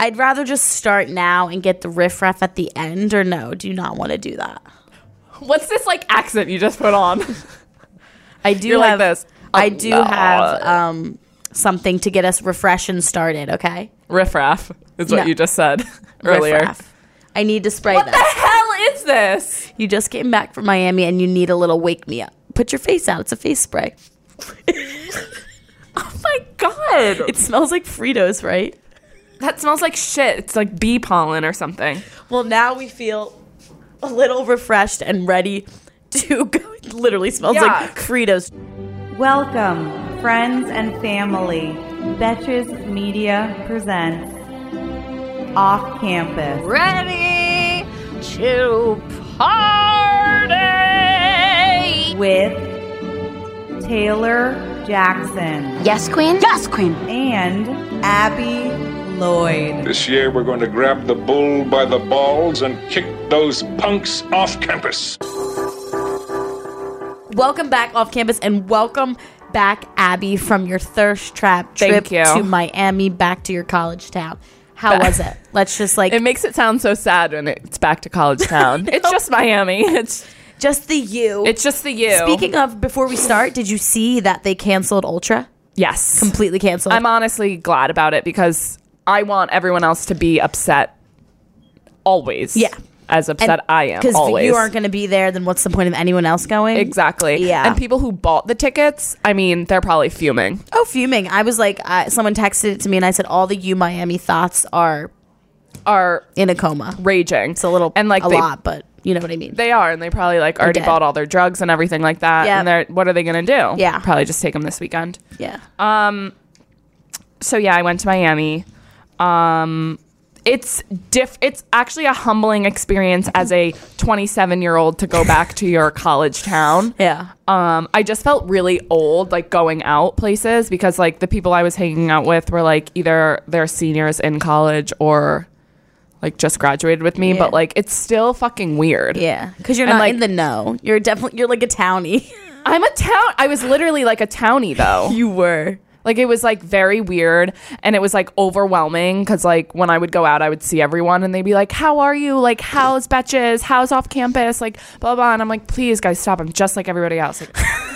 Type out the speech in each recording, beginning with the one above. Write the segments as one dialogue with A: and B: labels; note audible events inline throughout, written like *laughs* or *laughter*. A: I'd rather just start now and get the riffraff at the end, or no? Do you not want to do that?
B: What's this like accent you just put on? *laughs*
A: I do
B: You're like
A: have
B: this.
A: I do have um, something to get us refresh and started. Okay,
B: Riffraff is what
A: No.
B: you just said earlier.
A: Riffraff. I need to spray
B: What
A: this.
B: the hell is this?
A: You just came back from Miami and you need a little wake me up. Put your face out. It's a face spray.
B: Oh my god.
A: It smells like Fritos, right?
B: that smells like shit. It's like bee pollen or something.
A: Well, now we feel a little refreshed and ready to go. *laughs* It literally smells like
B: Yuck.
A: Fritos.
C: Welcome, friends and family. Betches Media presents Off Campus.
D: ready to party.
C: with Taylor Jackson
D: Yes, Queen. Yes, Queen.
C: and Abby Lloyd.
E: This year, we're going to grab the bull by the balls and kick those punks off campus.
A: Welcome back off campus and welcome back, Abby, from your thirst trap trip
B: Thank you.
A: to Miami back to your college town. How was it? Let's just like
B: It makes it sound so sad when it's back to college town. *laughs* It's just Miami. It's
A: just the you.
B: it's just the you.
A: Speaking of, before we start, did you see that they canceled Ultra?
B: yes.
A: Completely canceled.
B: I'm honestly glad about it because I want everyone else to be upset always.
A: Yeah.
B: As upset I am
A: Because if
B: always.
A: you aren't going to be there, then what's the point of anyone else going?
B: exactly.
A: Yeah.
B: And people who bought the tickets, I mean, they're probably fuming.
A: Oh, fuming. I was like, uh, someone texted it to me and I said, all the you Miami thoughts are
B: Are
A: in a coma.
B: raging.
A: It's a little,
B: and like
A: a
B: they,
A: lot, but you know what I mean.
B: They are, and they probably like already
A: dead.
B: bought all their drugs and everything like that.
A: Yep.
B: And they're what are they gonna do?
A: Yeah.
B: probably just take them this weekend.
A: yeah.
B: So yeah, I went to Miami. Um, it's diff. It's actually a humbling experience as a 27 year old to go back to your college town.
A: yeah.
B: Um, I just felt really old, like going out places because like the people I was hanging out with were like either they're seniors in college or like just graduated with me,
A: Yeah.
B: but like it's still fucking weird.
A: Yeah. Because you're
B: And,
A: not
B: like-
A: in the know. You're definitely, you're like a townie. *laughs*
B: I'm a town. I was literally like a townie though.
A: you were.
B: Like it was like very weird and it was like overwhelming because like when I would go out, I would see everyone and they'd be like, "How are you? Like how's Betches? How's off campus? Like blah blah." And I'm like, "Please guys, stop! I'm just like everybody else.
A: *laughs*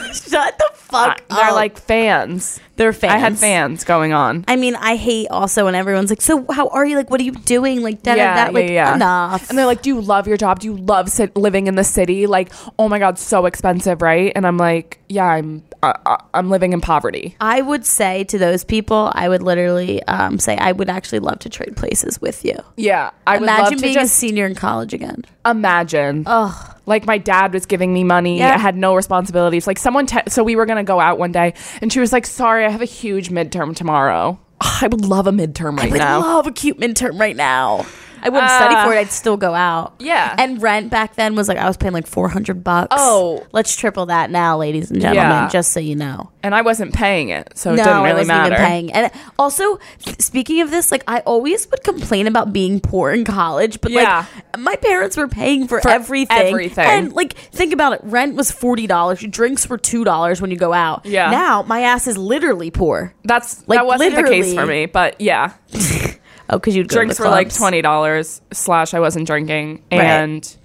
B: Like,
A: Shut the fuck up.
B: they're like fans.
A: they're Oh. fans.
B: I had fans going on.
A: I mean, I hate also when everyone's like, so how are you? Like, what are you doing? Like, da da da. Like, enough.
B: And they're like, "Do you love your job? Do you love sit- living in the city? Like, oh my god, so expensive, right?" And I'm like, "Yeah, I'm uh, uh, I'm living in poverty."
A: I would say to those people, I would literally um, say, I would actually love to trade places with you.
B: Yeah, I would love
A: Imagine
B: to
A: being
B: just
A: a senior in college again.
B: imagine.
A: Ugh.
B: Like my dad was giving me money.
A: Yeah.
B: I had no responsibilities. Like someone, te- so we were gonna go out one day, and she was like, "Sorry, I have a huge midterm tomorrow." *sighs* Ugh, I would love a midterm right
A: I would
B: now.
A: love a cute midterm right now. I wouldn't study for it. I'd still go out.
B: Uh, yeah.
A: And rent back then was like I was paying like four hundred bucks.
B: Oh.
A: let's triple that now, ladies and gentlemen.
B: Yeah.
A: Just so you know,
B: and I wasn't paying it, so it
A: no,
B: didn't
A: I
B: really
A: wasn't
B: matter.
A: even paying. And also, th- speaking of this, like I always would complain about being poor in college, but
B: Yeah.
A: like my parents were paying for,
B: For
A: everything.
B: everything.
A: And like think about it, rent was forty dollars. Drinks were two dollars when you go out.
B: Yeah.
A: Now my ass is literally poor.
B: That's
A: Like,
B: that wasn't the case
A: literally.
B: for me, but yeah,
A: Oh, because you'd go to
B: drinks
A: the
B: were like
A: clubs.
B: twenty dollars slash I wasn't drinking,
A: Right.
B: and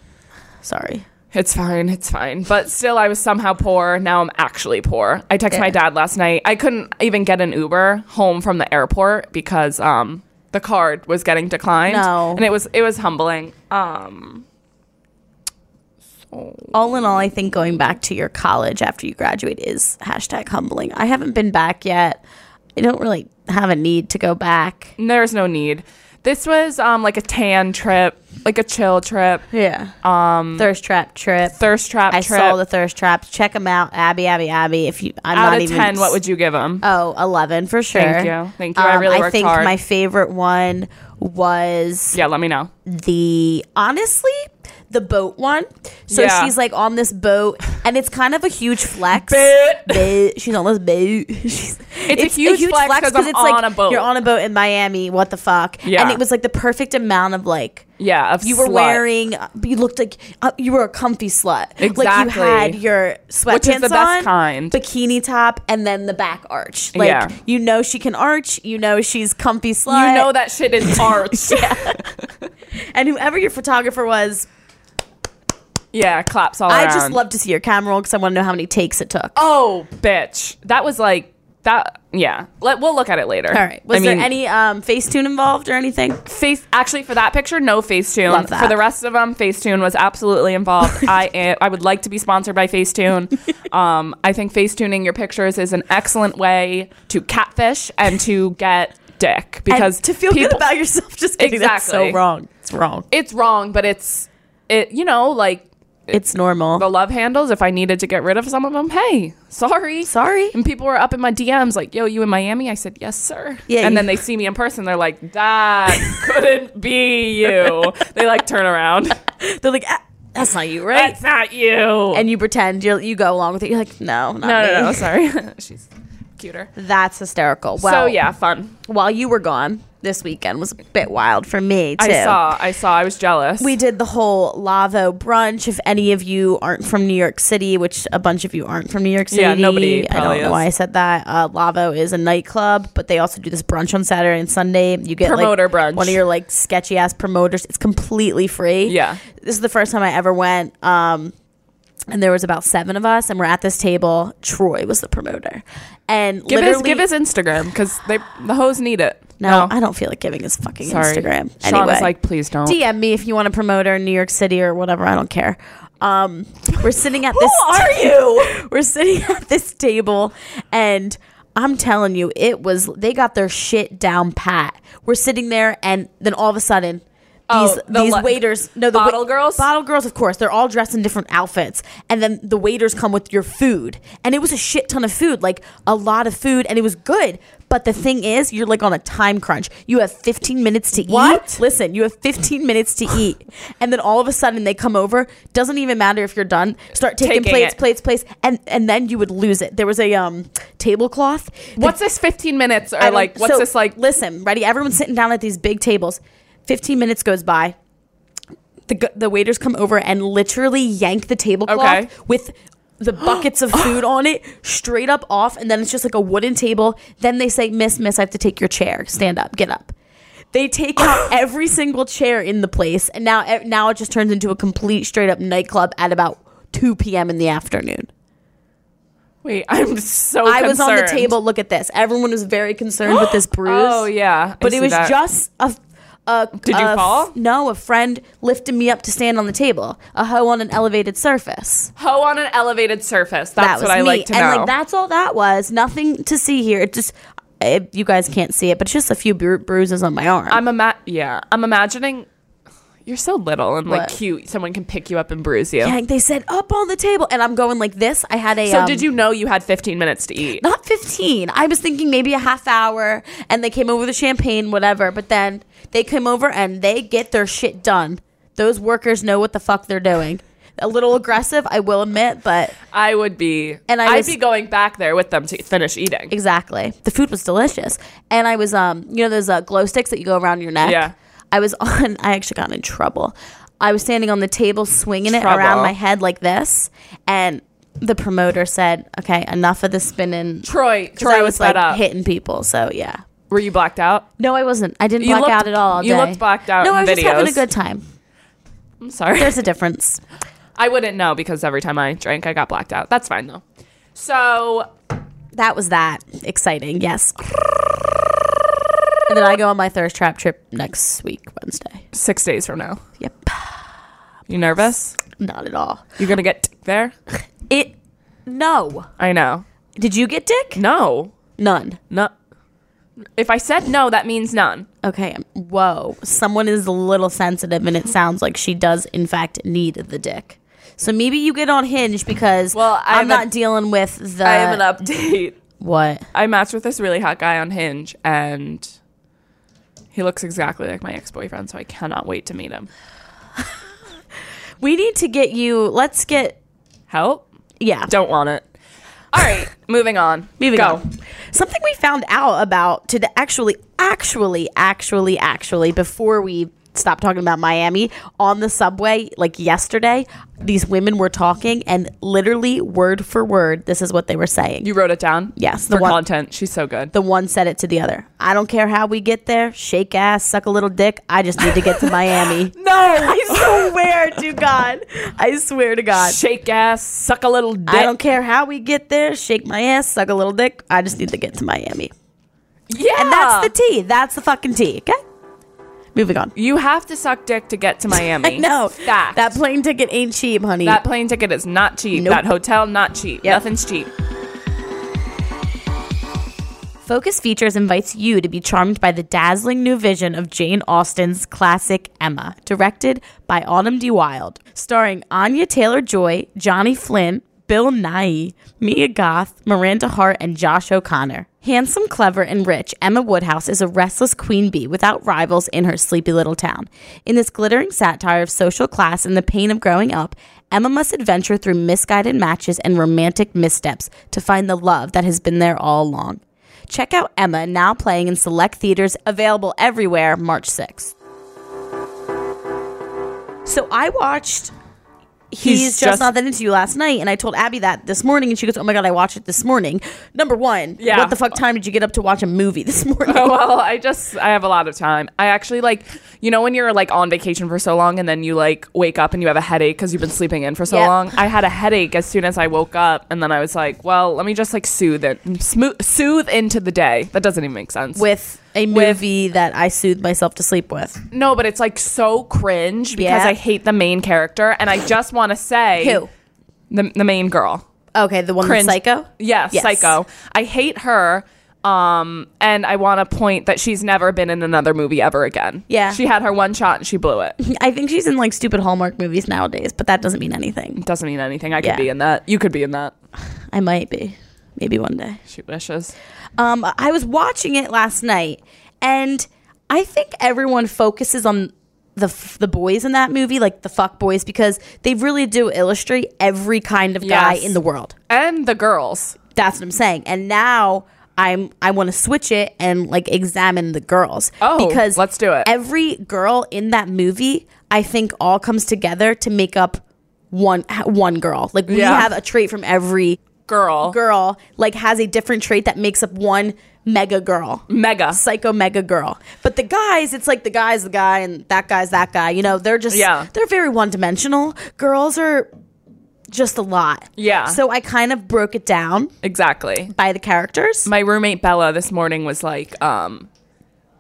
A: Sorry.
B: It's fine, it's fine. But still, I was somehow poor. Now I'm actually poor. I texted my dad last night. I couldn't even get an Uber home from the airport because um, the card was getting declined.
A: No.
B: and it was it was humbling. Um,
A: all in all, I think going back to your college after you graduate is hashtag humbling. I haven't been back yet. I don't really have a need to go back.
B: there's no need. This was um like a tan trip, like a chill trip,
A: Yeah. Um, thirst trap trip.
B: thirst trap
A: I
B: trip.
A: saw the thirst traps. Check them out, Abby, Abby, Abby. If you, I'm
B: Out
A: not
B: of
A: even.
B: ten, what would you give him?
A: Oh, 11 for sure. Um,
B: Thank you. Thank you. I really
A: I
B: worked
A: think
B: hard.
A: my favorite one was
B: yeah, let me know.
A: the honestly the boat one. So
B: Yeah.
A: she's like on this boat, and it's kind of a huge flex.
B: Boat.
A: Boat. She's on this boat. *laughs* She's-
B: It's a huge flex 'cause I'm on
A: like
B: a boat.
A: you're on a boat in Miami. What the fuck?
B: Yeah.
A: And it was like the perfect amount of like
B: Yeah, of
A: you were
B: slut.
A: wearing. You looked like uh, you were a comfy slut. Like you
B: Exactly.
A: had your sweatpants
B: Which is the best
A: on,
B: kind.
A: bikini top, and then the back arch. Like
B: Yeah.
A: you know she can arch. You know she's comfy slut.
B: You know that shit
A: *laughs*
B: is art.
A: And whoever your photographer was,
B: yeah, claps all
A: I
B: around.
A: just love to see your camera roll because I want to know how many takes it took.
B: Oh, bitch. That was like that. Yeah. Let, we'll look at it later.
A: All right. Was there any um, Facetune involved or anything?
B: face? Actually, for that picture, no Facetune.
A: Love that.
B: For the rest of them, Facetune was absolutely
A: *laughs*
B: involved. I am, I would like to be sponsored by Facetune. um, I think Facetuning your pictures is an excellent way to catfish and to get dick because
A: Because to feel
B: people-
A: good about yourself, just kidding. That's so
B: Exactly.
A: wrong. It's wrong.
B: it's wrong, but it's it. You know, like
A: It's normal.
B: the love handles if I needed to get rid of some of them. Hey, sorry.
A: Sorry.
B: And people were up in my DMs like, yo, you in Miami? I said, yes, sir.
A: Yeah,
B: And
A: you-
B: then they see me in person. They're like,
A: *laughs*
B: that couldn't be you. They like turn around.
A: *laughs* They're like, ah, that's not you, right?
B: That's not you.
A: and you pretend you you go along with it. You're like, no, not
B: no, no,
A: me. *laughs*
B: no, sorry. *laughs* She's cuter.
A: That's hysterical. Well,
B: so yeah, fun.
A: While you were gone, this weekend was a bit wild for me too.
B: I saw. I saw. I was jealous.
A: We did the whole Lavo brunch. If any of you aren't from New York City, which a bunch of you aren't from New York City,
B: Yeah, nobody
A: I don't
B: probably
A: know why I
B: is.
A: said that. Uh, Lavo is a nightclub, but they also do this brunch on Saturday and Sunday. You get
B: Promoter
A: like,
B: brunch.
A: one of your like sketchy ass promoters. It's completely free.
B: Yeah.
A: this is the first time I ever went. Um, and there was about seven of us, and we're at this table. Troy was the promoter, and
B: give us
A: literally
B: give us Instagram because they the hoes need it.
A: no, I don't feel like giving his fucking
B: Sorry.
A: Instagram.
B: Sean
A: anyway.
B: was like, please don't.
A: DM me if you want to promote her in New York City or whatever. I don't care. Um, we're sitting at this. Who are you? *laughs* We're sitting at this table, and I'm telling you, it was. They got their shit down pat. We're sitting there, and then all of a sudden. These,
B: Oh, the
A: these
B: le-
A: waiters, no, the
B: bottle girls?
A: bottle girls, of course, they're all dressed in different outfits, and then the waiters come with your food, and it was a shit ton of food, like a lot of food, and it was good. But the thing is, you're like on a time crunch. You have 15 minutes to
B: What?
A: eat. Listen, you have 15 minutes to
B: *laughs*
A: eat, and then all of a sudden they come over. Doesn't even matter if you're done. Start taking,
B: Taking
A: plates,
B: it.
A: plates, plates, and and then you would lose it. There was a um tablecloth.
B: What's this? Fifteen minutes or
A: I don't-
B: like what's
A: so,
B: this like?
A: Listen, ready? Everyone's sitting down at these big tables. 15 minutes goes by. The, g- the waiters come over and literally yank the tablecloth
B: Okay.
A: with the buckets
B: *gasps*
A: of food on it straight up off. And then it's just like a wooden table. Then they say, Miss, Miss, I have to take your chair. Stand up, get up. They take
B: *gasps*
A: out every single chair in the place. And now, eh, now it just turns into a complete straight up nightclub at about 2 p.m. in the afternoon.
B: Wait, I'm so.
A: I was on the
B: concerned.
A: table. Look at this. Everyone was very concerned with
B: *gasps*
A: this bruise.
B: Oh yeah, I
A: but it
B: see
A: was
B: that.
A: just a. a
B: Did you
A: a f-
B: fall?
A: No, a friend lifted me up to stand on the table. A hoe on an elevated surface.
B: hoe on an elevated surface.
A: that
B: That's
A: was
B: what I
A: me,
B: like to
A: and
B: know.
A: like that's all that was. Nothing to see here. It just it, you guys can't see it, but it's just a few bru- bruises on my arm.
B: I'm ima- yeah, I'm imagining you're so little and
A: What?
B: like cute. Someone can pick you up and bruise you.
A: Like, they said up on the table, and I'm going like this. I had a.
B: So
A: um,
B: did you know you had 15 minutes to eat?
A: Not 15. I was thinking maybe a half hour, and they came over with the champagne, whatever. But then they came over and they get their shit done. Those workers know what the fuck they're doing. A little aggressive, I will admit, but
B: I would be,
A: And
B: and
A: I
B: I would
A: was-
B: be going back there with them to finish eating.
A: exactly. The food was delicious, and I was um, you know, those uh, glow sticks that you go around your neck.
B: Yeah.
A: I was on. *laughs* I actually got in trouble. I was standing on the table, swinging it
B: Trouble.
A: around my head like this, and the promoter said, "Okay, enough of the spinning."
B: Troy,
A: 'Cause
B: Troy
A: I
B: was
A: was
B: fed
A: like
B: up.
A: hitting people, so yeah.
B: Were you blacked out?
A: No, I wasn't. I didn't
B: You
A: black
B: looked-
A: out at all. all
B: you
A: day.
B: looked blacked out
A: No,
B: in
A: I was just having a
B: videos.
A: good time.
B: I'm sorry. *laughs*
A: There's a difference.
B: I wouldn't know because every time I drank, I got blacked out. That's fine though. So
A: That was that exciting. Yes. And then I go on my thirst trap trip next week, Wednesday.
B: six days from now,
A: Yep.
B: you nervous?
A: Not at all.
B: You're gonna get dick there.
A: It. No.
B: I know.
A: Did you get dick?
B: No,
A: None.
B: no. If I said no, that means none.
A: Okay. Whoa. Someone is a little sensitive, and it sounds like she does, in fact, need the dick. So maybe you get on hinge because
B: Well, I
A: I'm
B: have
A: not
B: an-
A: dealing with the
B: I have an update. *laughs*
A: what
B: I matched with this really hot guy on Hinge, and he looks exactly like my ex boyfriend, so I cannot wait to meet him.
A: We need to get you. Let's get
B: Help?
A: yeah.
B: Don't want it.
A: *laughs*
B: All right, moving on.
A: Moving
B: Go.
A: on. Something we found out about to the actually, actually, actually, actually, before we stopped talking about Miami on the subway, like yesterday, these women were talking and literally word for word, this is what they were saying.
B: You wrote it down?
A: Yes, the
B: For
A: one-
B: content. She's so good.
A: the one said it to the other. I don't care how we get there, shake ass, suck a little dick. I just need to get to Miami. *laughs*
B: no! *laughs*
A: I swear to God. I swear to God.
B: Shake ass, suck a little dick.
A: I don't care how we get there, shake my ass, suck a little dick. I just need to get to Miami.
B: yeah.
A: And that's the tea. That's the fucking tea. Okay. Moving on.
B: You have to suck dick
A: *laughs*
B: to get to Miami.
A: No,
B: Fact.
A: that plane ticket ain't cheap, honey.
B: That plane ticket is not cheap.
A: Nope.
B: That hotel not cheap.
A: Yep.
B: Nothing's cheap.
A: Focus Features invites you to be charmed by the dazzling new vision of Jane Austen's classic Emma, directed by Autumn D. Wilde, starring Anya Taylor Joy, Johnny Flynn, Bill Nye, Mia Goth, Miranda Hart, and Josh O'Connor. Handsome, clever, and rich, Emma Woodhouse is a restless queen bee without rivals in her sleepy little town. In this glittering satire of social class and the pain of growing up, Emma must adventure through misguided matches and romantic missteps to find the love that has been there all along. Check out Emma now playing in select theaters available everywhere March 6th. So I watched He's,
B: He's
A: just,
B: Just-
A: Not That Into You last night, and I told Abby that this morning, and she goes, Oh my God, I watched it this morning. Number one,
B: Yeah. Oh.
A: what the fuck time did you get up to watch a movie this *laughs* morning?
B: well, I just I have a lot of time. I actually like you know when you're like on vacation for so long and then you like wake up and you have a headache because you've been sleeping in for so
A: Yeah.
B: long. I had a headache as soon as I woke up and then I was like, well, let me just like soothe it, smooth, soothe into the day. That doesn't even make sense.
A: With a movie that I soothed myself to sleep with.
B: no, but it's like so cringe because
A: Yeah.
B: I hate the main character and I just want to say the the main girl.
A: Okay, the one
B: Cringe.
A: that's psycho?
B: Yeah,
A: Yes.
B: psycho. I hate her. Um, and I want to point that she's never been in another movie ever again.
A: Yeah.
B: She had her one shot and she
A: *laughs*
B: blew it.
A: I think she's in like stupid Hallmark movies nowadays, but that doesn't mean anything.
B: Doesn't mean anything. I could
A: Yeah.
B: be in that. You could be in that.
A: I might be. Maybe one day.
B: She wishes.
A: um, I was watching it last night, and I think everyone focuses on the f- the boys in that movie, like the fuck boys, because they really do illustrate every kind of guy
B: Yes.
A: in the world.
B: And the girls.
A: That's what I'm saying. And now I'm I want to switch it and like examine the girls.
B: Oh, let's do it.
A: Every girl in that movie, I think, all comes together to make up one one girl. Like we
B: Yeah.
A: have a trait from every
B: Girl.
A: girl like has a different trait that makes up one mega girl
B: Mega.
A: psycho mega girl but the guys it's like the guy's the guy and that guy's that guy you know they're just
B: Yeah.
A: they're very one-dimensional girls are just a lot
B: Yeah.
A: so i kind of broke it down
B: Exactly.
A: by the characters
B: My roommate Bella this morning was like, um,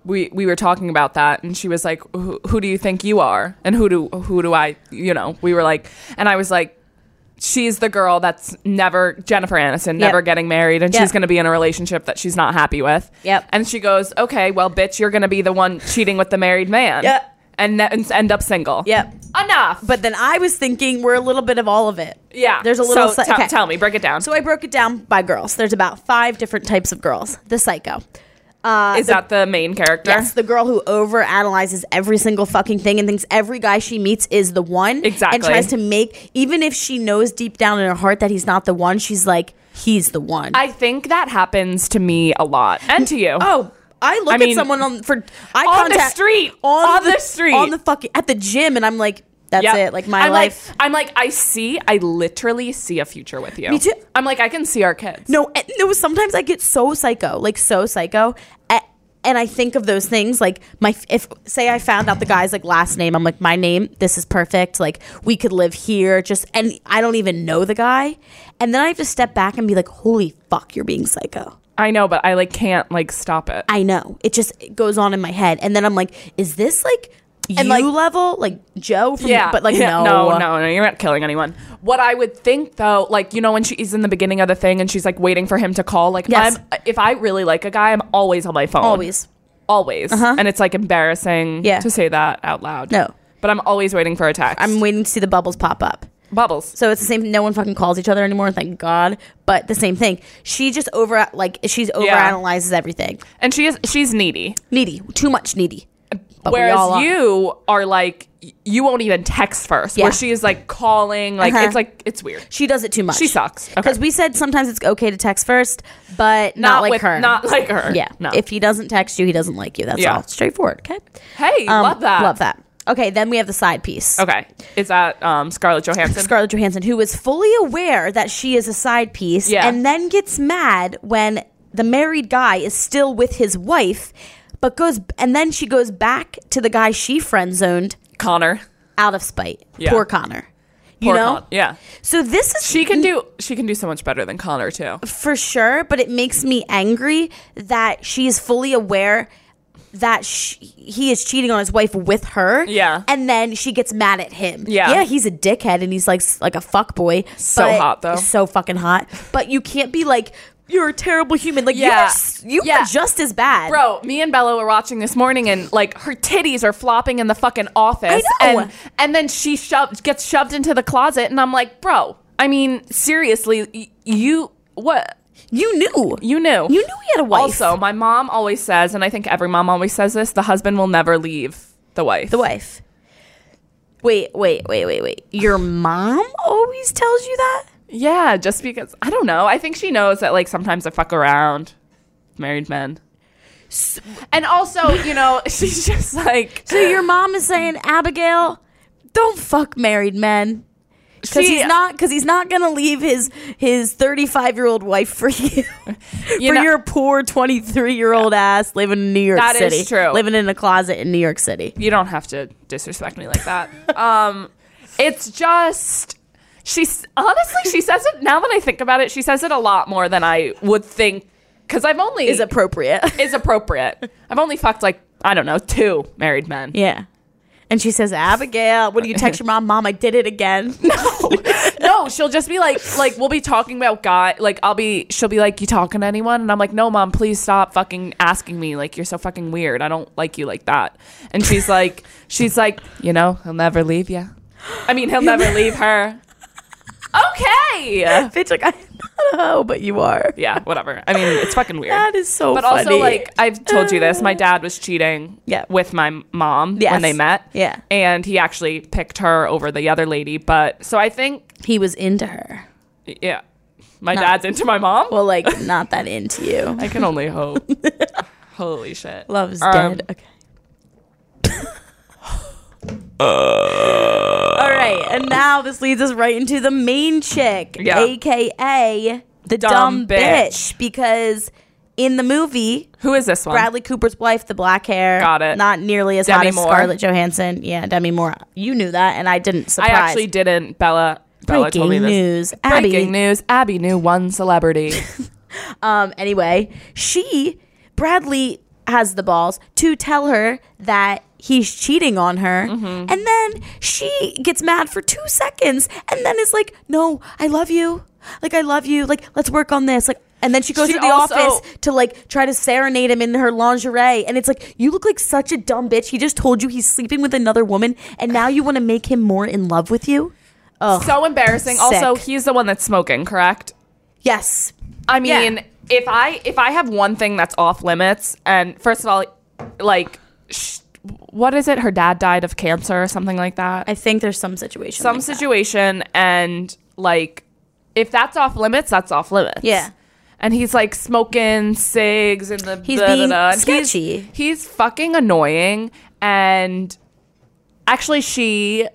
B: we we were talking about that, and she was like, "Who, who do you think you are, and who do who do I?" You know, we were like, and I was like, "She's the girl that's never Jennifer Aniston, never getting married, and
A: Yep.
B: she's going to be in a relationship that she's not happy with."
A: Yep.
B: And she goes, "Okay, well, bitch, you're going to be the one cheating with the married man."
A: Yep.
B: And, ne- and end up single.
A: Yep.
B: Enough.
A: but then i was thinking we're a little bit of all of it
B: Yeah.
A: there's a little
B: So
A: si-
B: te-
A: okay.
B: tell me, break it down.
A: so i broke it down by girls there's about five different types of girls the psycho
B: is that the main character?
A: uh, Yes, the girl who overanalyzes every single fucking thing and thinks every guy she meets is the one.
B: Exactly.
A: And tries to make, even if she knows deep down in her heart that he's not the one, she's like, he's the one.
B: I think that happens to me a lot, and to you.
A: *laughs* oh, I look
B: I
A: at
B: mean,
A: someone on for eye
B: on the
A: contact
B: street, on the street.
A: on the fucking at the gym, and I'm like, that's
B: Yep.
A: it. Like my
B: I'm
A: life.
B: Like, I'm like, I see, I literally see a future with you.
A: Me too.
B: I'm like, I can see our kids.
A: No, and- no. Sometimes I get so psycho, like so psycho, a- and I think of those things. Like my, if say I found out the guy's like last name, I'm like, my name. This is perfect. Like we could live here. Just and I don't even know the guy, and then I have to step back and be like, holy fuck, you're being psycho.
B: I know, but I like can't like stop it.
A: I know. It just it goes on in my head, and then I'm like, is this like you
B: And, like-
A: level, like Joe? From,
B: yeah,
A: but like
B: yeah,
A: no,
B: no, no, no, you're not killing anyone. What I would think though, like you know, when she's in the beginning of the thing and she's like waiting for him to call, like
A: Yes.
B: I'm, uh, if I really like a guy, I'm always on my phone,
A: always. Uh-huh.
B: always, and it's like embarrassing
A: Yeah.
B: to say that out loud.
A: No.
B: but I'm always waiting for a text.
A: I'm waiting to see the bubbles pop up.
B: bubbles.
A: So it's the same. No one fucking calls each other anymore. Thank God. But the same thing. She just over like she's over
B: Yeah.
A: analyzes everything.
B: And she is she's needy.
A: Needy, too much needy. But we
B: Whereas
A: all are.
B: you are like y- you won't even text first.
A: Yeah.
B: Where she is like calling, like
A: Uh-huh.
B: it's like it's weird.
A: She does it too much.
B: She sucks. Okay.
A: Because we said sometimes it's okay to text first, but not, like
B: with,
A: her.
B: Not like her.
A: yeah.
B: No.
A: If he doesn't text you, he doesn't like you. That's
B: Yeah.
A: all. Straightforward. Okay.
B: hey, love that.
A: um, Love that. Okay. Then we have the side piece.
B: Okay. Is that um, Scarlett Johansson?
A: Scarlett Johansson, who is fully aware that she is a side piece,
B: Yeah.
A: and then gets mad when the married guy is still with his wife, but goes and then she goes back to the guy she friend zoned
B: Connor.
A: out of spite.
B: Yeah.
A: Poor Connor. You
B: Poor
A: know. Mm-hmm.
B: Con- yeah.
A: So this is
B: She can do. She can do so much better than Connor too.
A: for sure, but it makes me angry that she is fully aware that sh he is cheating on his wife with her.
B: Yeah.
A: and then she gets mad at him.
B: Yeah.
A: yeah, he's a dickhead and he's like s- like a fuck boy.
B: So
A: but-
B: hot, though.
A: so fucking hot. But you can't be like you're a terrible human. Like you,
B: Yeah.
A: are, you
B: Yeah.
A: are just as bad,
B: Bro, me and Bella were watching this morning, and like her titties are flopping in the fucking office,
A: I know.
B: and and then she shoved gets shoved into the closet, and I'm like, bro, I mean, seriously, y- you what?
A: You knew.
B: You knew.
A: You knew he had a wife.
B: Also, my mom always says, and I think every mom always says this: the husband will never leave the wife.
A: the wife. Wait, wait, wait, wait, wait. Your mom always tells you that.
B: Yeah, just because I don't know. I think she knows that like sometimes I fuck around married men. And also, you know, *laughs* she's just like
A: So your mom is saying, Abigail, don't fuck married men. Because
B: She-
A: he's not, because he's not gonna leave his his thirty five year old wife for
B: *laughs*
A: you, for
B: know-
A: your poor twenty three year old ass living in New York
B: That is
A: City,
B: true.
A: living in a closet in New York City.
B: you don't have to disrespect me like that. *laughs* um it's just she's honestly she says it now that I think about it, she says it a lot more than I would think cuz I've only
A: Is
B: *laughs*
A: appropriate.
B: is appropriate. I've only fucked like I don't know, two married men.
A: yeah, and she says, Abigail, what do you text your mom? Mom, I did it again. *laughs*
B: No, she'll just be like, like we'll be talking about guy. Like I'll be, she'll be like, you talking to anyone? And I'm like, no, mom, please stop fucking asking me. Like you're so fucking weird. I don't like you like that.
A: *laughs*
B: And she's like, she's like, you know, he'll never leave you. I mean, he'll never
A: *laughs*
B: leave her. Okay.
A: Bitch, like I'm not a hoe, but you are.
B: Yeah, whatever. I mean, it's fucking weird.
A: That is so.
B: but also
A: funny.
B: like I've told you this, my dad was cheating
A: Yeah.
B: with my m- mom
A: Yes.
B: when they met.
A: Yeah.
B: And he actually picked her over the other lady, but so I think
A: he was into her.
B: yeah. My dad's into my mom.
A: Well, like *laughs* not that into you.
B: I can
A: *laughs*
B: only hope. Holy shit.
A: Love's
B: Um,
A: dead.
B: *laughs*
A: Okay.
B: Uh,
A: All right, and now this leads us right into the main chick,
B: Yeah.
A: aka the
B: Dumb
A: dumb,
B: bitch.
A: bitch. because in the movie,
B: Who is this one?
A: Bradley Cooper's wife, the black hair,
B: Got it.
A: not nearly as hot
B: Demi
A: as
B: Moore.
A: Scarlett Johansson. Yeah, Demi Moore. You knew that, and I didn't.
B: I
A: Surprise.
B: actually didn't. Bella. Bella told me
A: Breaking
B: this.
A: news.
B: Breaking
A: Abby.
B: news. Abby knew
A: *laughs*
B: one celebrity.
A: Um, anyway, she, Bradley, has the balls to tell her that he's cheating on her.
B: Mm-hmm.
A: And then she gets mad for two seconds and then is like, no, I love you. Like, I love you. Like, let's work on this. Like, and then she goes
B: She
A: to the
B: also-
A: office to like try to serenade him in her lingerie. And it's like, you look like such a dumb bitch. He just told you he's sleeping with another woman. And now you want to make him more in love with you?
B: so embarrassing. Also,
A: Sick.
B: he's the one that's smoking, correct?
A: Yes.
B: I mean, if I if I have one thing that's off limits, and first of all, like, sh- what is it? Her dad died of cancer or something like that.
A: I think there's some situation.
B: Some
A: like that.
B: situation, and like, if that's off limits, that's off limits.
A: Yeah.
B: and he's like smoking cigs and the
A: He's
B: da, da,
A: being
B: da, and he's-
A: sketchy.
B: He's, fucking annoying and actually she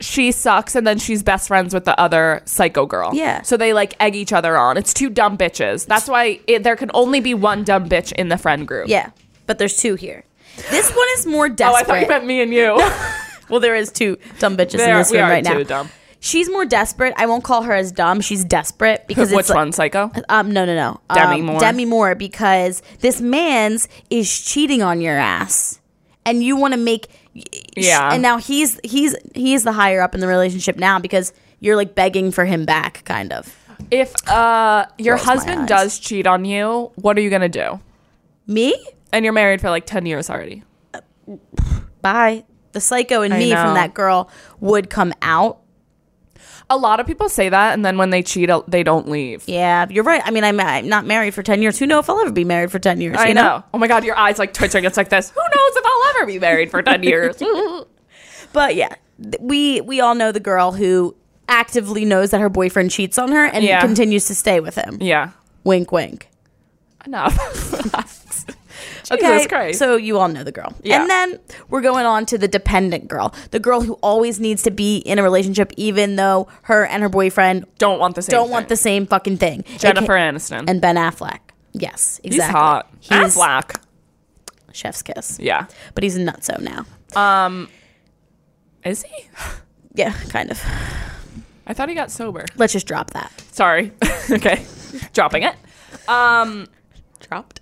B: she sucks and then she's best friends with the other psycho girl.
A: Yeah.
B: So they like egg each other on. It's two dumb bitches. That's why it, there can only be one dumb bitch in the friend group.
A: Yeah, but there's two here. This one is more
B: *laughs* Oh, I
A: desperate.
B: thought you meant me and
A: *laughs*
B: you.
A: well, there is two dumb bitches in
B: There-
A: this
B: we
A: room
B: are
A: right now. *laughs*
B: two dumb.
A: She's more desperate. I won't call her as dumb. She's
B: *laughs*
A: desperate because
B: Which
A: it's like-
B: one, psycho?
A: Um, no, no, no. Um,
B: Demi Moore.
A: Demi Moore, because this man's is cheating on your ass, and you want to make.
B: Yeah.
A: And now he's he's he's the higher up in the relationship now because you're like begging for him back, kind of.
B: If uh your
A: Rolls my
B: husband
A: eyes.
B: does cheat on you, what are you gonna do?
A: Me,
B: And you're married for like ten years already.
A: bye. The psycho in
B: I
A: me
B: know.
A: from that girl would come out
B: a lot of people say that, and then when they cheat, uh, they don't leave.
A: Yeah, you're right. I mean, I'm, I'm not married for 10 years. Who knows if I'll ever be married for 10 years?
B: I
A: you
B: know. Oh my God, your eyes like twitching. It's like this. Who knows if I'll ever be married for
A: *laughs*
B: 10 years?
A: But yeah, th- we we all know the girl who actively knows that her boyfriend cheats on her and
B: Yeah.
A: continues to stay with him.
B: yeah.
A: Wink, wink.
B: Enough.
A: Okay,
B: Jesus Christ.
A: so you all know the girl.
B: Yeah.
A: And then we're going on to the dependent girl, the girl who always needs to be in a relationship, even though her and her boyfriend
B: *laughs* don't want the same.
A: don't
B: thing.
A: want the same fucking thing.
B: Jennifer
A: AKA
B: Aniston.
A: and Ben Affleck. Yes, exactly.
B: He's hot.
A: He's
B: Affleck.
A: chef's kiss.
B: Yeah. Um,
A: But he's a nutso now.
B: Is he?
A: Yeah, kind of.
B: I thought he got sober.
A: Let's just drop that.
B: Sorry. *laughs* okay. Dropping it.
A: Dropped.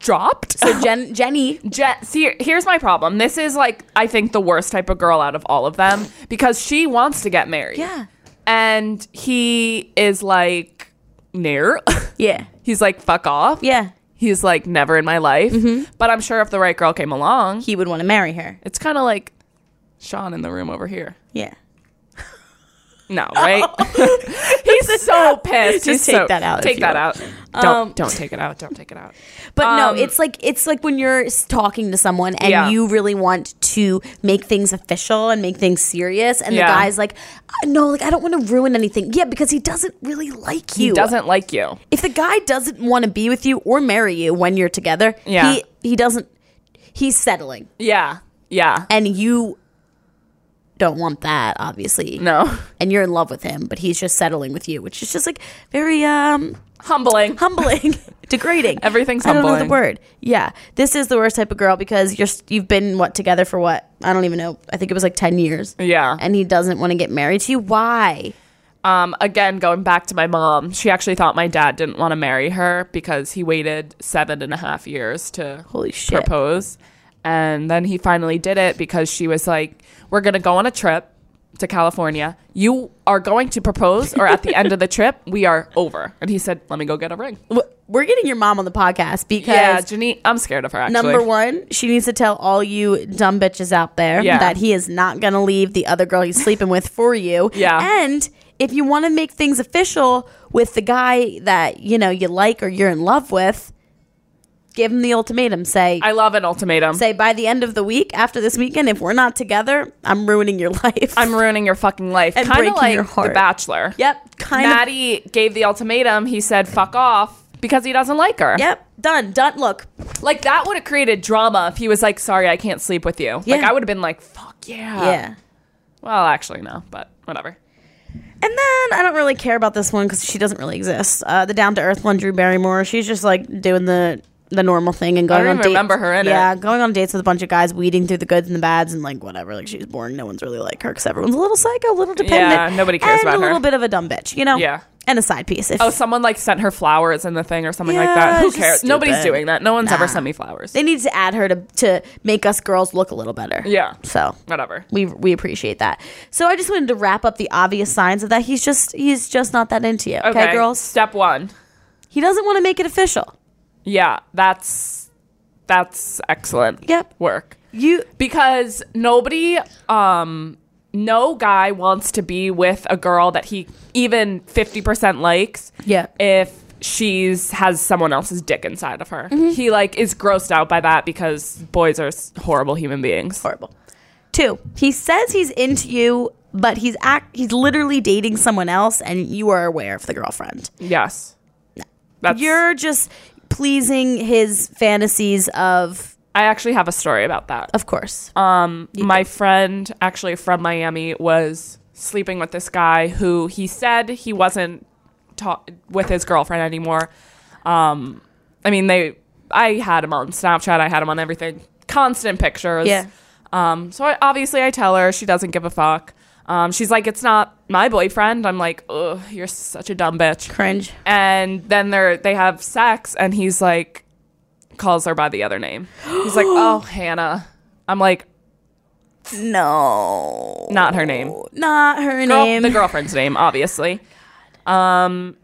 B: Dropped?
A: So Jen Jenny
B: Je- see, here's my problem. This is like I think the worst type of girl out of all of them because she wants to get married.
A: Yeah.
B: And he is like near. *laughs*
A: Yeah.
B: He's like fuck off.
A: Yeah. Mm-hmm.
B: He's like never in my life. But I'm sure if the right girl came along,
A: He would want to marry her.
B: it's kind of like Sean in the room over here.
A: Yeah.
B: No, right? *laughs*
A: *laughs*
B: He's so pissed.
A: Oh. Just
B: He's
A: take
B: so-
A: that out if
B: Take
A: you
B: that
A: will.
B: out. Don't
A: Um,
B: don't take it out. Don't take it out.
A: But
B: Um,
A: no, it's like it's like when you're s- talking to someone and
B: Yeah.
A: you really want to make things official and make things serious, and
B: Yeah.
A: the guy's like, "Uh, "No, like I don't want to ruin anything." Yeah, because he doesn't really like *laughs* you.
B: He doesn't like you.
A: If the guy doesn't want to be with you or marry you when you're together,
B: Yeah.
A: he he doesn't. He's settling,
B: Yeah. Yeah.
A: and you don't want that, obviously.
B: No. *laughs*
A: and you're in love with him, but he's just settling with you, which is just like very um
B: Humbling.
A: humbling, *laughs* degrading.
B: Everything's
A: I don't know
B: humbling.
A: the word. Yeah, this is the worst type of girl because you're s- you've been what together for what I don't even know. I think it was like ten years.
B: Yeah.
A: and he doesn't want to get married to you. Why?
B: Um, again, going back to my mom, she actually thought my dad didn't want to marry her because he waited seven and a half years to
A: Holy shit.
B: propose. And then he finally did it because she was like, We're going to go on a trip to California. You are going to propose, or at the end of
A: *laughs*
B: the trip, we are over. And he said, Let me go get a ring.
A: W- We're getting your mom on the podcast because.
B: Yeah, Janine, I'm scared of her, actually.
A: Number one, she needs to tell all you dumb bitches out there
B: Yeah.
A: that he is not going to leave the other girl he's sleeping with for you.
B: Yeah.
A: And if you want to make things official with the guy that, you know, you like or you're in love with, give him the ultimatum. Say,
B: I love an ultimatum.
A: say by the end of the week, after this weekend, if we're not together, I'm ruining your *laughs* life.
B: I'm ruining your fucking life.
A: And
B: Kind of
A: breaking
B: like
A: your heart.
B: The Bachelor.
A: Yep. Kind of.
B: Maddie gave the ultimatum. He said, Fuck off because he doesn't like her.
A: Yep. Done. Done. Look,
B: Like that would have created drama if he was like, "Sorry, I can't sleep with you." Like
A: Yeah.
B: I would have been like, "Fuck yeah."
A: Yeah.
B: Well, actually no, but whatever.
A: And then I don't really care about this one because she doesn't really exist. Uh, the down to earth one, Drew Barrymore. She's just like doing the the normal thing and going
B: don't
A: on
B: even
A: dates.
B: remember her in it.
A: yeah, going on dates with a bunch of guys, weeding through the goods and the bads, and like whatever. Like she's boring. No one's really like her because everyone's a little psycho, a little dependent.
B: Yeah, nobody cares
A: and
B: about
A: a little
B: her.
A: bit of a dumb bitch, you know.
B: Yeah.
A: and a side piece. If
B: Oh, someone like sent her flowers in the thing or something like
A: Yeah,
B: that. Who
A: it's just
B: cares? Nobody's
A: stupid.
B: doing that. No one's ever
A: Nah.
B: sent me flowers.
A: they need to add her to to make us girls look a little better.
B: yeah.
A: So
B: Whatever.
A: we we appreciate that. So I just wanted to wrap up the obvious signs of that. He's just he's just not that into you. okay girls.
B: Step 1.
A: He doesn't want to make it official.
B: Yeah, that's that's excellent.
A: Yep.
B: Work.
A: You
B: because nobody um no guy wants to be with a girl that he even 50% likes
A: Yeah.
B: if she's has someone else's dick inside of her
A: Mm-hmm.
B: he like is grossed out by that because boys are s- horrible human beings
A: horrible. Two, he says he's into you, but he's act he's literally dating someone else, and you are aware of the girlfriend.
B: yes that's
A: You're just pleasing his fantasies of,
B: i actually have a story about that
A: of course,
B: Uh, my friend actually from miami was sleeping with this guy who he said he wasn't ta- with his girlfriend anymore um i mean they i had him on snapchat i had him on everything constant pictures
A: Yeah.
B: um so I, obviously i tell her she doesn't give a fuck um she's like it's not my boyfriend i'm like ugh you're such a dumb bitch
A: cringe.
B: and then they're they have sex and he's like calls her by the other name he's like oh hannah i'm like
A: No,
B: not her name.
A: not her
B: Girl-
A: name.
B: the girlfriend's name, obviously. Um,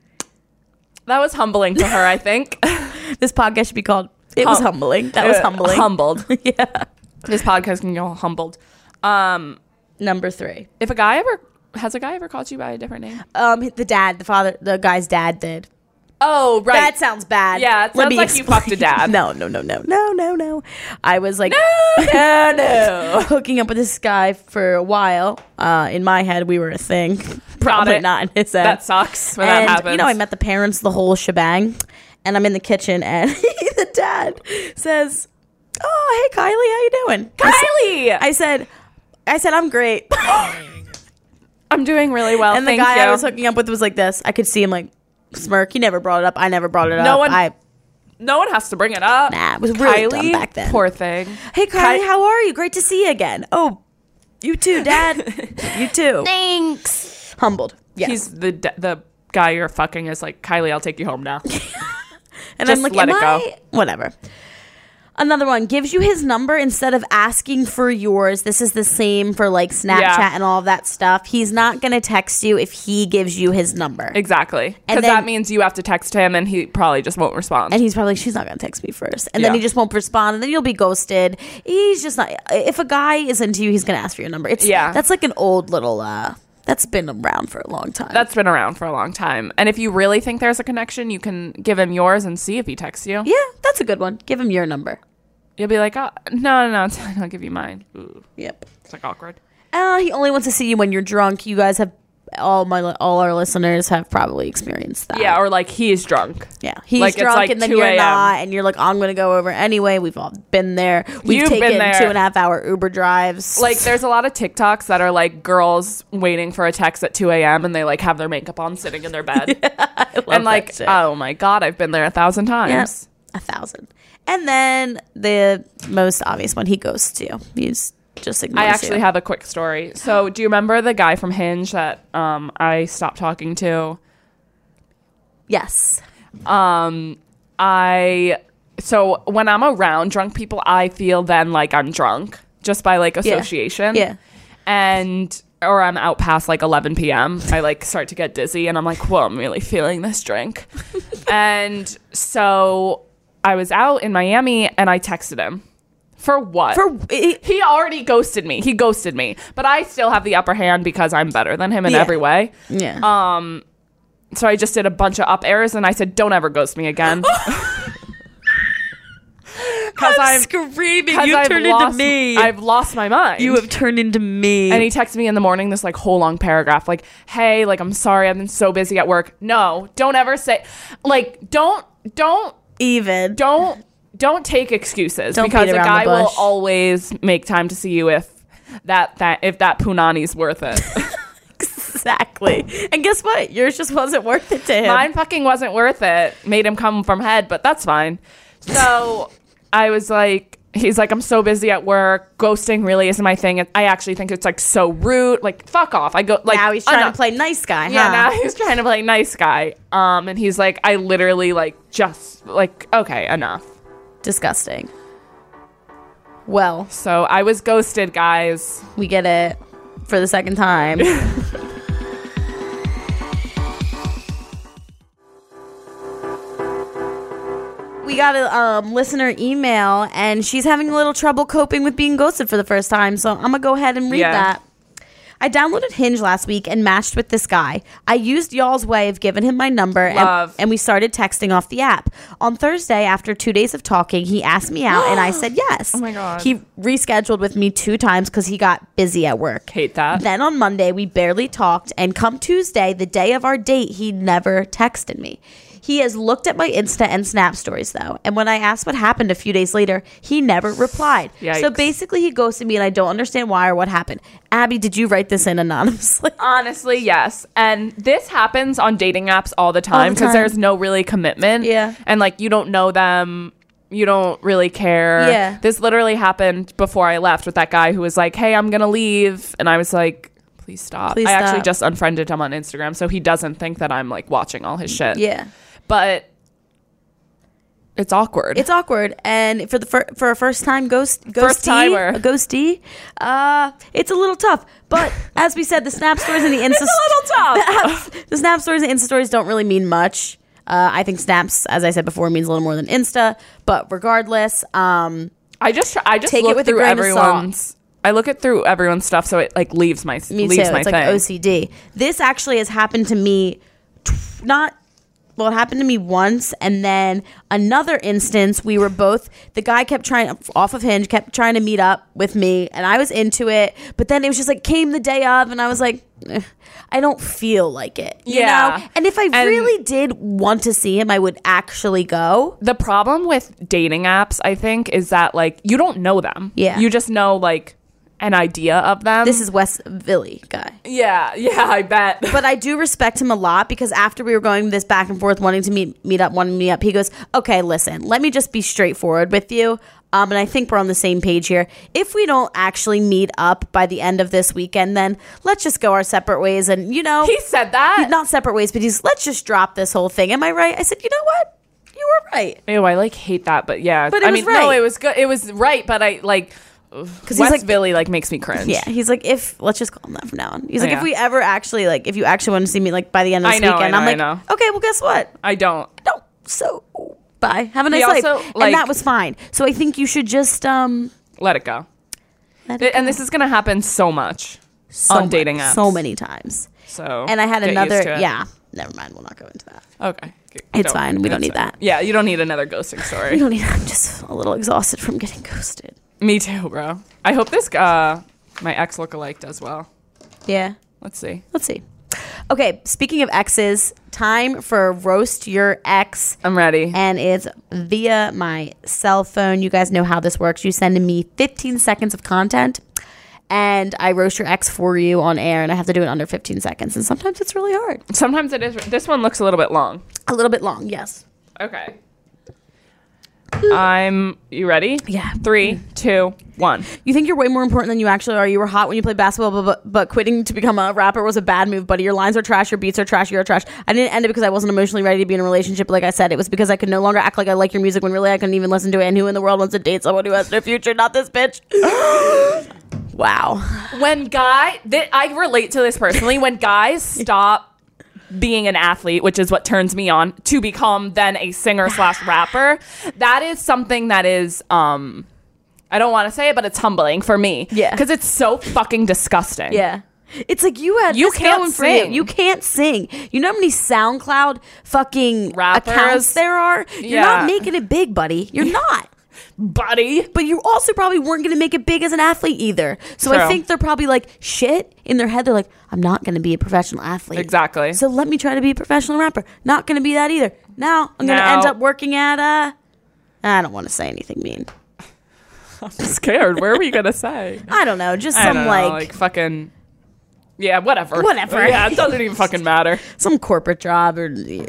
B: that was humbling to her.
A: *laughs*
B: I think it
A: This podcast should be called. It was humbling. That was
B: uh,
A: humbling.
B: Humbled.
A: *laughs* yeah.
B: This podcast can go humbled. Um,
A: Number three.
B: if a guy ever Has a guy ever called you by a different name?
A: Um, the dad, the father, the guy's dad did.
B: Oh, right.
A: That sounds bad.
B: Yeah, it
A: Let
B: sounds
A: me
B: like you
A: explain.
B: fucked a
A: *laughs*
B: dad.
A: No, no, no, no, no, no, no. I was like, *laughs*
B: no, *laughs* no.
A: hooking up with this guy for a while. Uh, in my head, we were a thing. *laughs* Probably
B: it.
A: not in his head.
B: That sucks when
A: and,
B: that happens.
A: You know, I met the parents, the whole shebang, and I'm in the kitchen, and *laughs* the dad says, "Oh, hey, Kylie, how you doing?"
B: Kylie. I,
A: I said, "I said I'm great." *laughs*
B: *laughs* am doing really well.
A: and the
B: thank
A: guy
B: you.
A: I was hooking up with was like this. I could see him like smirk. He never brought it up. I never brought it up.
B: No one-
A: I,
B: no one has to bring it up.
A: Nah, it was really dumb back then.
B: Poor thing.
A: hey, Kylie, how are you? Great to see you again. Oh, you too, *laughs* Dad. you too.
D: Thanks.
A: Humbled. Yeah.
B: He's the d- the guy you're fucking is like Kylie. I'll take you home now.
A: *laughs* And
B: Just
A: I'm like,
B: let
A: am
B: it go.
A: I? Whatever. Another one gives you his number instead of asking for yours. This is the same for like Snapchat
B: Yeah.
A: and all of that stuff. He's not going to text you if he gives you his number.
B: exactly.
A: And
B: Because that
A: then-
B: means you have to text him, and he probably just won't respond.
A: and he's probably like, she's not gonna text me first, and then
B: Yeah.
A: he just won't respond, and then you'll be ghosted. He's just not. If a guy is into you, he's gonna ask for your number. It's
B: Yeah.
A: That's like an old little. uh That's been around for a long time.
B: that's been around for a long time. And if you really think there's a connection, you can give him yours and see if he texts you.
A: yeah, that's a good one. Give him your number.
B: You'll be like, oh, no, no, *laughs* no, I'll give you mine. Ooh,
A: Yep.
B: it's like awkward.
A: Uh, he only wants to see you when you're drunk. You guys have all my all our listeners have probably experienced that.
B: Yeah, or like he's drunk.
A: Yeah, he's
B: Like, it's
A: drunk,
B: like
A: and then
B: 2
A: you're
B: a.m..
A: not, and you're like, I'm gonna go over anyway. We've all been there. We've
B: You've been
A: taken
B: there.
A: two and a half hour Uber drives.
B: Like there's a lot of TikToks that are like girls waiting for a text at 2 a.m. and they like have their makeup on sitting in their bed.
A: *laughs*
B: and like,
A: shit.
B: oh my god, I've been there a thousand times.
A: a thousand. And then the most obvious one, he goes to. He's just ignores
B: I actually
A: you.
B: have a quick story. So do you remember the guy from Hinge that um, I stopped talking to?
A: yes.
B: um i so when i'm around drunk people i feel then like i'm drunk just by like association
A: Yeah.
B: and or i'm out past like 11 p.m i like start to get dizzy and i'm like whoa i'm really feeling
A: *laughs*
B: this drink and so i was out in miami and i texted him for what
A: For it,
B: he already ghosted me he ghosted me but i still have the upper hand because i'm better than him in
A: Yeah.
B: every way
A: yeah.
B: Um, so I just did a bunch of up airs and I said, "Don't ever ghost
A: *laughs*
B: me again." Because I've
A: screaming.
B: 'cause I've lost,
A: I've,
B: I've lost my mind.
A: you have turned into me.
B: and he texted me in the morning this like whole long paragraph, like, "Hey, like I'm sorry, I've been so busy at work. No, don't ever say, like, don't, don't,
A: even
B: *laughs* don't, don't take excuses
A: Don't
B: because
A: beat
B: a
A: around the
B: guy will
A: bush.
B: always make time to see you if that that if that punani's worth it. *laughs*
A: exactly. And guess what? Yours just wasn't worth it to him.
B: Mine fucking wasn't worth it. Made him come from head, but that's fine.
A: *laughs*
B: So I was like, he's like, I'm so busy at work. Ghosting really isn't my thing. And I actually think it's like so rude. Like, fuck off. I go like
A: now he's trying
B: enough.
A: to play nice guy.
B: Oh, Yeah,
A: huh?
B: now he's trying to play nice guy. Um, and he's like, I literally like just like okay, enough.
A: disgusting. Well,
B: So I was ghosted, guys.
A: we get it for the second time.
B: *laughs*
A: we got a um, listener email, and she's having a little trouble coping with being ghosted for the first time. So I'm gonna go ahead and read
B: Yeah.
A: that. I downloaded Hinge last week and matched with this guy. I used y'all's way of giving him my number and-
B: Love.
A: and we started texting off the app. On Thursday, after two days of talking, he asked me out and I
B: *gasps*
A: said yes. Oh
B: my God.
A: He rescheduled with me two times because he got busy at work.
B: Hate that.
A: Then on Monday, we barely talked, and come Tuesday, the day of our date, he never texted me. He has looked at my Insta and Snap stories though, and when I asked what happened a few days later, he never replied. So
B: Yikes.
A: basically, he ghosted me, and I don't understand why or what happened. Abby, did you write this in anonymously? *laughs*
B: Honestly, yes. And this happens on dating apps all the time because
A: time.
B: there's no really commitment.
A: Yeah.
B: And like you don't know them. You don't really care.
A: Yeah.
B: This literally happened before I left with that guy who was like, Hey, I'm gonna leave and I was like, Please stop.
A: Please
B: I actually
A: stop.
B: just unfriended him on Instagram, so he doesn't think that I'm like watching all his shit.
A: yeah.
B: But it's awkward. *laughs*
A: It's awkward, and for the fir- for a first time ghost ghosty,
B: timer.
A: a ghosty, uh, it's a little tough. But as we said, the snap stories and the insta
B: It's a little tough.
A: the snap stories and insta stories don't really mean much. Uh, I think snaps, as I said before, means a little more than insta. But regardless, um,
B: I just I just
A: Take it
B: looked
A: with a
B: through
A: grain of salt.
B: everyone's I look it through everyone's stuff, so it like leaves my
A: Me
B: leaves
A: too.
B: my
A: It's
B: thing.
A: like OCD. This actually has happened to me, t- not well. It happened to me once, and then another instance. We were both the guy kept trying off of Hinge, kept trying to meet up with me, and I was into it. But then it was just like came the day of, and I was like, "Eh, I don't feel like it. You
B: Yeah.
A: know? And if I
B: And-
A: really did want to see him, I would actually go.
B: the problem with dating apps, I think, is that like you don't know them.
A: Yeah.
B: You just know like an idea of them.
A: This is West Villy guy.
B: yeah, yeah, I
A: *laughs*
B: bet.
A: but I do respect him a lot because after we were going this back and forth, wanting to meet meet up, wanting to meet up, he goes, "Okay, listen, let me just be straightforward with you." Um, and I think we're on the same page here. If we don't actually meet up by the end of this weekend, then let's just go our separate ways. And you know,
B: He said that?
A: not separate ways, but he's let's just drop this whole thing. Am I right? I said, you know what, you were right
B: Ew, I like hate that, but yeah.
A: But it
B: I
A: was
B: mean, no,
A: right.
B: it was good. It was right, but I like
A: because
B: West
A: he's like,
B: Billy like makes me cringe.
A: yeah, he's like, if let's just call him that from now on. He's like,
B: Yeah.
A: if we ever actually like, if you actually want to see me like by the end of this
B: I know, I
A: weekend,
B: know,
A: I'm
B: I
A: like,
B: know.
A: okay, well, guess what?
B: I don't.
A: no, so bye. Have a
B: He
A: nice life.
B: also,
A: and
B: like-
A: that was fine. So I think you should just um
B: Let it go.
A: let it
B: And this is gonna happen so much on
A: much-
B: dating apps.
A: so many times.
B: So
A: And I had
B: get used
A: another
B: to it.
A: yeah. Never mind, we'll not go into that.
B: Okay.
A: It's fine, we don't
B: that's
A: need that.
B: Yeah, you don't need another ghosting
A: We *laughs*
B: story.
A: don't need I'm just a little exhausted from getting ghosted.
B: Me too, bro. I hope this uh my ex lookalike does well.
A: Yeah.
B: Let's see.
A: Let's see. Okay, speaking of exes, time for roast your ex.
B: I'm ready.
A: and it's via my cell phone. You guys know how this works. You send me 15 seconds of content, and I roast your ex for you on air, and I have to do it under 15 seconds. And sometimes it's really hard.
B: Sometimes it is. This one looks a little bit long.
A: A little bit long, yes.
B: Okay. I'm. You ready?
A: Yeah.
B: Three, two, one.
A: You think you're way more important than you actually are. You were hot when you played basketball, but, but, but quitting to become a rapper was a bad move, buddy. Your lines are trash, your beats are trash, you're trash. I didn't end it because I wasn't emotionally ready to be in a relationship. Like I said, it was because I could no longer act like I like your music when really I couldn't even listen to it. And who in the world wants to date someone who has no future? Not this bitch. *gasps* wow.
B: When guy, th- I relate to this personally. When *laughs* guys stop being an athlete, which is what turns me on, to become then a singer slash rapper, that is something that is. um I don't want to say it, but it's humbling for me.
A: Yeah.
B: Because it's so fucking disgusting.
A: Yeah. It's like you had
B: You
A: this
B: can't
A: going for you.
B: sing.
A: You can't sing. You know how many SoundCloud fucking
B: Rappers.
A: accounts there are? You're
B: Yeah.
A: not making it big, buddy. You're not.
B: Buddy.
A: But you also probably weren't going to make it big as an athlete either. So I
B: True.
A: think they're probably like shit in their head. They're like, I'm not going to be a professional athlete.
B: Exactly.
A: So let me try to be a professional rapper. Not going to be that either. Now I'm going to
B: Now-
A: end up working at uh I don't want to say anything mean.
B: I'm scared. Where are we going to say?
A: I don't know. Just
B: I
A: some
B: don't know,
A: like,
B: like fucking yeah whatever
A: Whatever.
B: yeah it doesn't even fucking matter
A: some corporate job or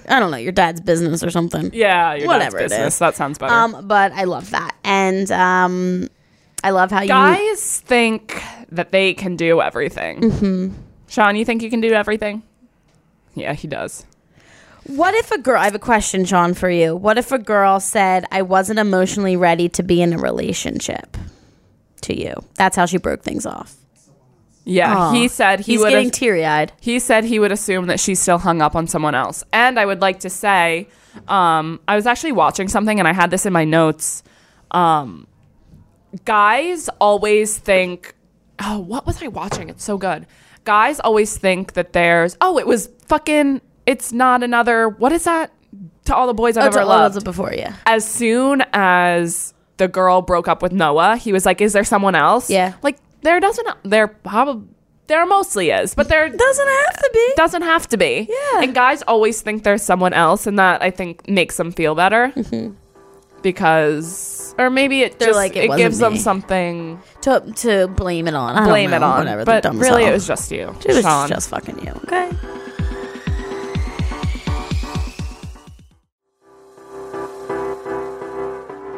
A: I don't know your dad's business or something.
B: yeah your
A: Whatever it
B: dad's business
A: is.
B: that sounds better
A: Um, but I love that, and um, I love how you.
B: guys think that they can do everything mm-hmm. Sean you think you can do everything yeah he does
A: What if a girl? I have a question, Sean, for you. What if a girl said, "I wasn't emotionally ready to be in a relationship"? To you, that's how she broke things off.
B: yeah
A: Aw.
B: he said he
A: He's
B: would
A: getting teary eyed.
B: he said he would assume that she's still hung up on someone else and I would like to say um, I was actually watching something and I had this in my notes um, guys always think, oh, what was I watching? It's so good. Guys always think that there's, oh, it was fucking, it's not another, what is that? Oh, To all the boys I've ever loved.
A: Oh, before you.
B: as soon as the girl broke up with Noah, he was like, is there someone else?
A: Yeah.
B: Like, there doesn't, there probably, there mostly is, but there
A: Doesn't have to be.
B: doesn't have to be.
A: Yeah.
B: And guys always think there's someone else, and that I think makes them feel better. Because, or maybe it
A: Mm-hmm. They're
B: just
A: like, "It
B: it,
A: wasn't
B: gives them
A: me."
B: something
A: to, to blame it on. I don't
B: blame it
A: know,
B: on.
A: Whatever.
B: but
A: the dumb
B: really,
A: self.
B: it was just you,
A: It was
B: Sean.
A: just fucking you. Okay.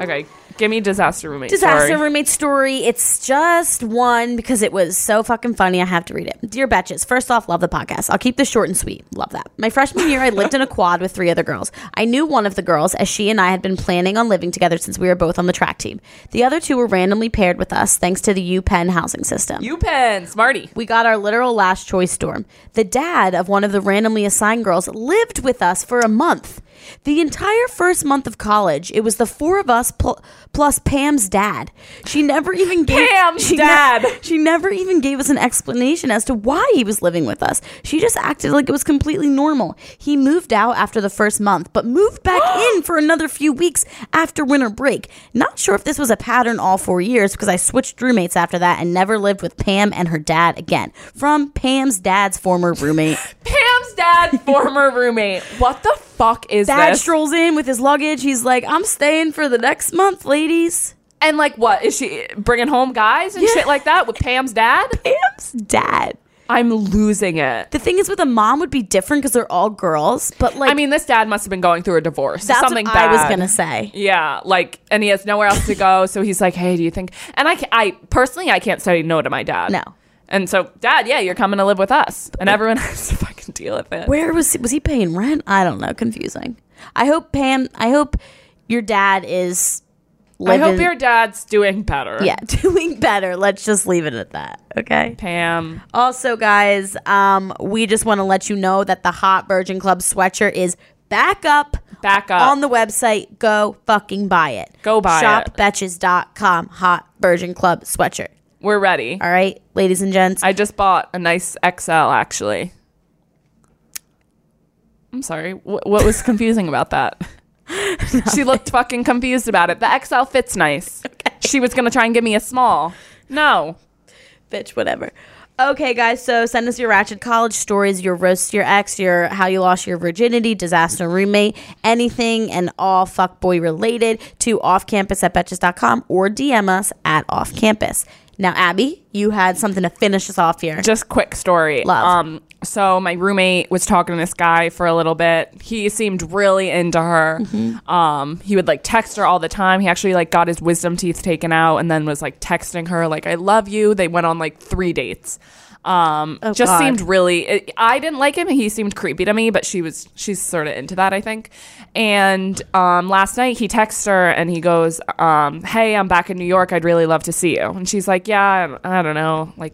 B: okay, give me disaster roommate.
A: Disaster
B: story.
A: roommate story. It's just one because it was so fucking funny. I have to read it. Dear Betches, first off, love the podcast. I'll keep this short and sweet. Love that. My freshman year, I lived in a quad with three other girls. I knew one of the girls as she and I had been planning on living together since we were both on the track team. The other two were randomly paired with us thanks to the UPenn housing system.
B: You pen, Smarty.
A: We got our literal last choice dorm. The dad of one of the randomly assigned girls lived with us for a month. The entire first month of college, it was the four of us pl- plus Pam's dad. She never even gave
B: Pam's
A: she *laughs*
B: dad.
A: she never even gave us an explanation as to why he was living with us. She just acted like it was completely normal. He moved out after the first month, but moved
B: *gasps*
A: back in for another few weeks after winter break. Not sure if this was a pattern all four years because I switched roommates after that and never lived with Pam and her dad again. From Pam's dad's former
B: *laughs*
A: roommate.
B: Pam's dad, former roommate. What the fuck is
A: Dad
B: this?
A: strolls in with his luggage. He's like, I'm staying for the next month, ladies.
B: and like, what is she bringing home guys and shit like that with Pam's dad?
A: Pam's dad.
B: I'm losing it.
A: The thing is, with a mom would be different because they're all girls, but like,
B: I mean, this dad must have been going through a divorce.
A: that's
B: something
A: what
B: bad.
A: I was gonna say.
B: Yeah, like, and he has nowhere else
A: *laughs*
B: to go, so he's like, "Hey, do you think?" And I, ca- I personally, I can't say no to my dad.
A: No.
B: And so, Dad, yeah, you're coming to live with us, and everyone *laughs* has to fucking deal with it.
A: Where was was he paying rent? I don't know. Confusing. I hope Pam. I hope your dad is.
B: I
A: Living,
B: hope your dad's doing better.
A: *laughs* yeah doing better. Let's just leave it at that. Okay.
B: Pam.
A: Also, guys, um, we just want to let you know that the Hot Virgin Club sweatshirt is back up.
B: Back up.
A: On the website. Go fucking buy it.
B: Go buy it.
A: Shopbetches.com. Hot Virgin Club sweatshirt.
B: We're ready.
A: All right, ladies and gents.
B: I just bought a nice XL, actually. I'm sorry. Wh- what was confusing about that? she looked fucking confused about it. The XL fits nice. She was going to try and give me a small. No.
A: bitch, whatever. Okay, guys, so send us your ratchet college stories, your roast to your ex, your how you lost your virginity, disaster roommate, anything and all fuckboy related to offcampus at betches.com or DM us at offcampus. Now, Abby, you had something to finish us off here.
B: just quick story.
A: Love.
B: Um, so my roommate was talking to this guy for a little bit. He seemed really into her.
A: Mm-hmm.
B: Um, he would like text her all the time. He actually like got his wisdom teeth taken out and then was like texting her like "I love you." They went on like three dates. Um, just
A: Oh, God.
B: seemed really. It, I didn't like him. He seemed creepy to me, but she was she's sort of into that, I think. And um, last night he texts her and he goes, um, "Hey, I'm back in New York. I'd really love to see you." And she's like, "Yeah, I, I don't know, like."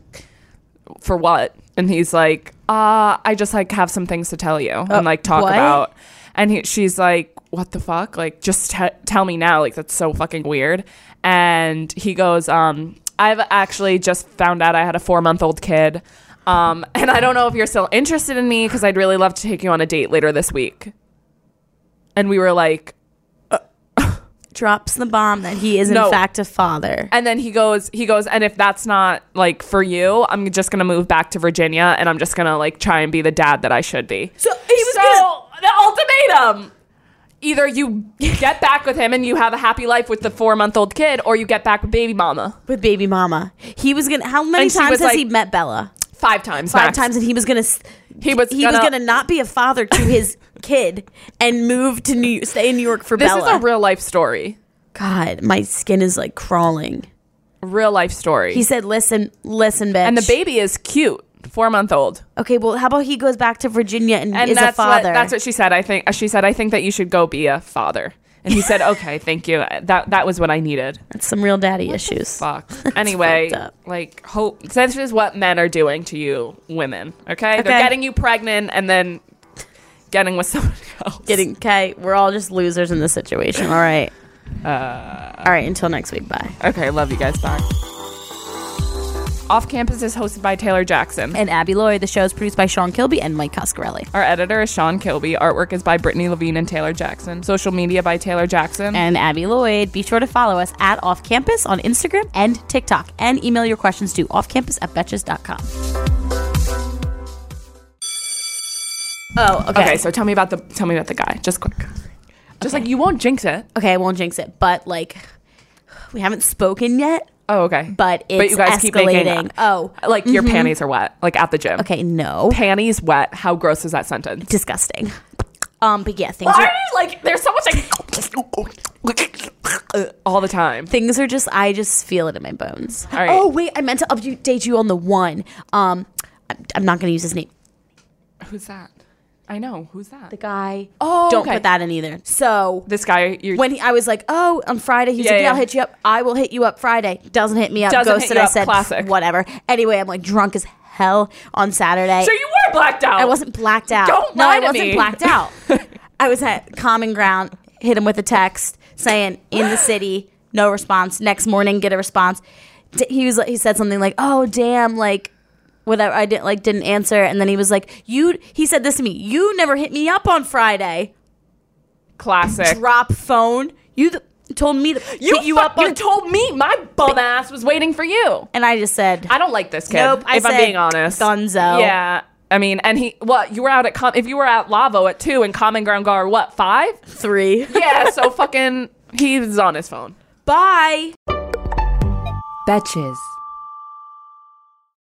B: for what? And he's like, uh, I just like have some things to tell you and like talk
A: what?
B: about. And he, she's like, what the fuck? Like, just te- tell me now. Like, that's so fucking weird. And he goes, um, I've actually just found out I had a four month old kid. Um, *laughs* and I don't know if you're still interested in me because I'd really love to take you on a date later this week. And we were like,
A: Drops the bomb that he is, in
B: No.
A: fact, a father.
B: And then he goes, he goes, and if that's not like for you, I'm just gonna move back to Virginia, and I'm just gonna like try and be the dad that I should be.
A: So he was
B: So,
A: gonna-
B: the ultimatum: either you get back with him and you have a happy life with the four month old kid, or you get back with baby mama.
A: With baby mama. He was going to, how many
B: And she
A: times has
B: was like-
A: he met Bella?
B: Five times,
A: Five
B: max.
A: times, and he was going to,
B: He was
A: he was
B: gonna-
A: going to not be a father to
B: *laughs*
A: his kid and move to New, stay in New York for
B: This
A: Bella.
B: is a real life story.
A: God, my skin is like crawling.
B: Real life story.
A: He said, "Listen, listen, bitch."
B: and the baby is cute, four month old.
A: Okay, well, how about he goes back to Virginia and,
B: and
A: is a
B: that's
A: father?
B: What, that's what she said. I think she said, "I think that you should go be a father." And he said, "Okay, thank you. That that was what I needed."
A: That's some real daddy issues. *laughs*
B: Fuck. Anyway,
A: fucked up.
B: like hope. This is what men are doing to you, women. Okay,
A: Okay.
B: they're getting you pregnant and then getting with *laughs* somebody else.
A: Getting okay, we're all just losers in this situation. All right.
B: Uh.
A: all right. Until next week. Bye.
B: okay. Love you guys. Bye. Off campus is hosted by Taylor Jackson.
A: And Abby Lloyd. The show is produced by Sean Kilby and Mike Coscarelli.
B: Our editor is Sean Kilby. Artwork is by Brittany Levine and Taylor Jackson. Social media by Taylor Jackson.
A: And Abby Lloyd. Be sure to follow us at Off Campus on Instagram and TikTok, and email your questions to offcampus at betches.com. Oh, okay.
B: okay, so tell me about the tell me about the guy, just quick. Just like you won't jinx it.
A: okay, I won't jinx it, but like we haven't spoken yet,
B: Oh, okay.
A: but it's
B: but you guys
A: escalating.
B: keep making
A: oh,
B: like your panties are wet, like at the gym.
A: okay, no,
B: panties wet. How gross is that sentence?
A: disgusting. Um, but yeah, things
B: Why are
A: are,
B: you like? There's so much like *laughs* all the time.
A: things are just I just feel it in my bones.
B: All right.
A: Oh wait, I meant to update you on the one. Um, I'm, I'm not gonna use his name.
B: Who's that? I know who's that.
A: The guy.
B: Oh,
A: don't
B: okay.
A: put that in either. So
B: This guy. You're,
A: when he, I was like, oh, on Friday, he's
B: Yeah,
A: like, yeah, I'll
B: yeah.
A: hit you up. I will hit you up Friday. Doesn't hit me up.
B: Doesn't hit
A: ghosted.
B: you
A: I
B: up,
A: said,
B: classic.
A: whatever. Anyway, I'm like drunk as hell on Saturday.
B: so you were blacked out.
A: I wasn't blacked out.
B: Don't
A: no,
B: lie
A: I
B: to *laughs*
A: wasn't
B: me.
A: blacked out. I was at Common Ground, hit him with a text saying, in the city, no response. Next morning, get a response. D- he was like, he said something like, oh, damn, like, whatever. I didn't, like, didn't answer. And then he was like, you, he said this to me, you never hit me up on Friday.
B: Classic.
A: Drop phone. You th- told me to hit you
B: fuck-
A: up on,
B: You told me my bum ass was waiting for you.
A: and I just said,
B: I don't like this kid.
A: Nope, I
B: if I'm
A: said
B: being honest,
A: gonzo.
B: Yeah, I mean, and he. What you were out at? Com- if you were at Lavo at two and Common Ground Gar, what
A: *laughs*
B: five?
A: three.
B: Yeah. So fucking, he's on his phone.
A: Bye.
F: Betches.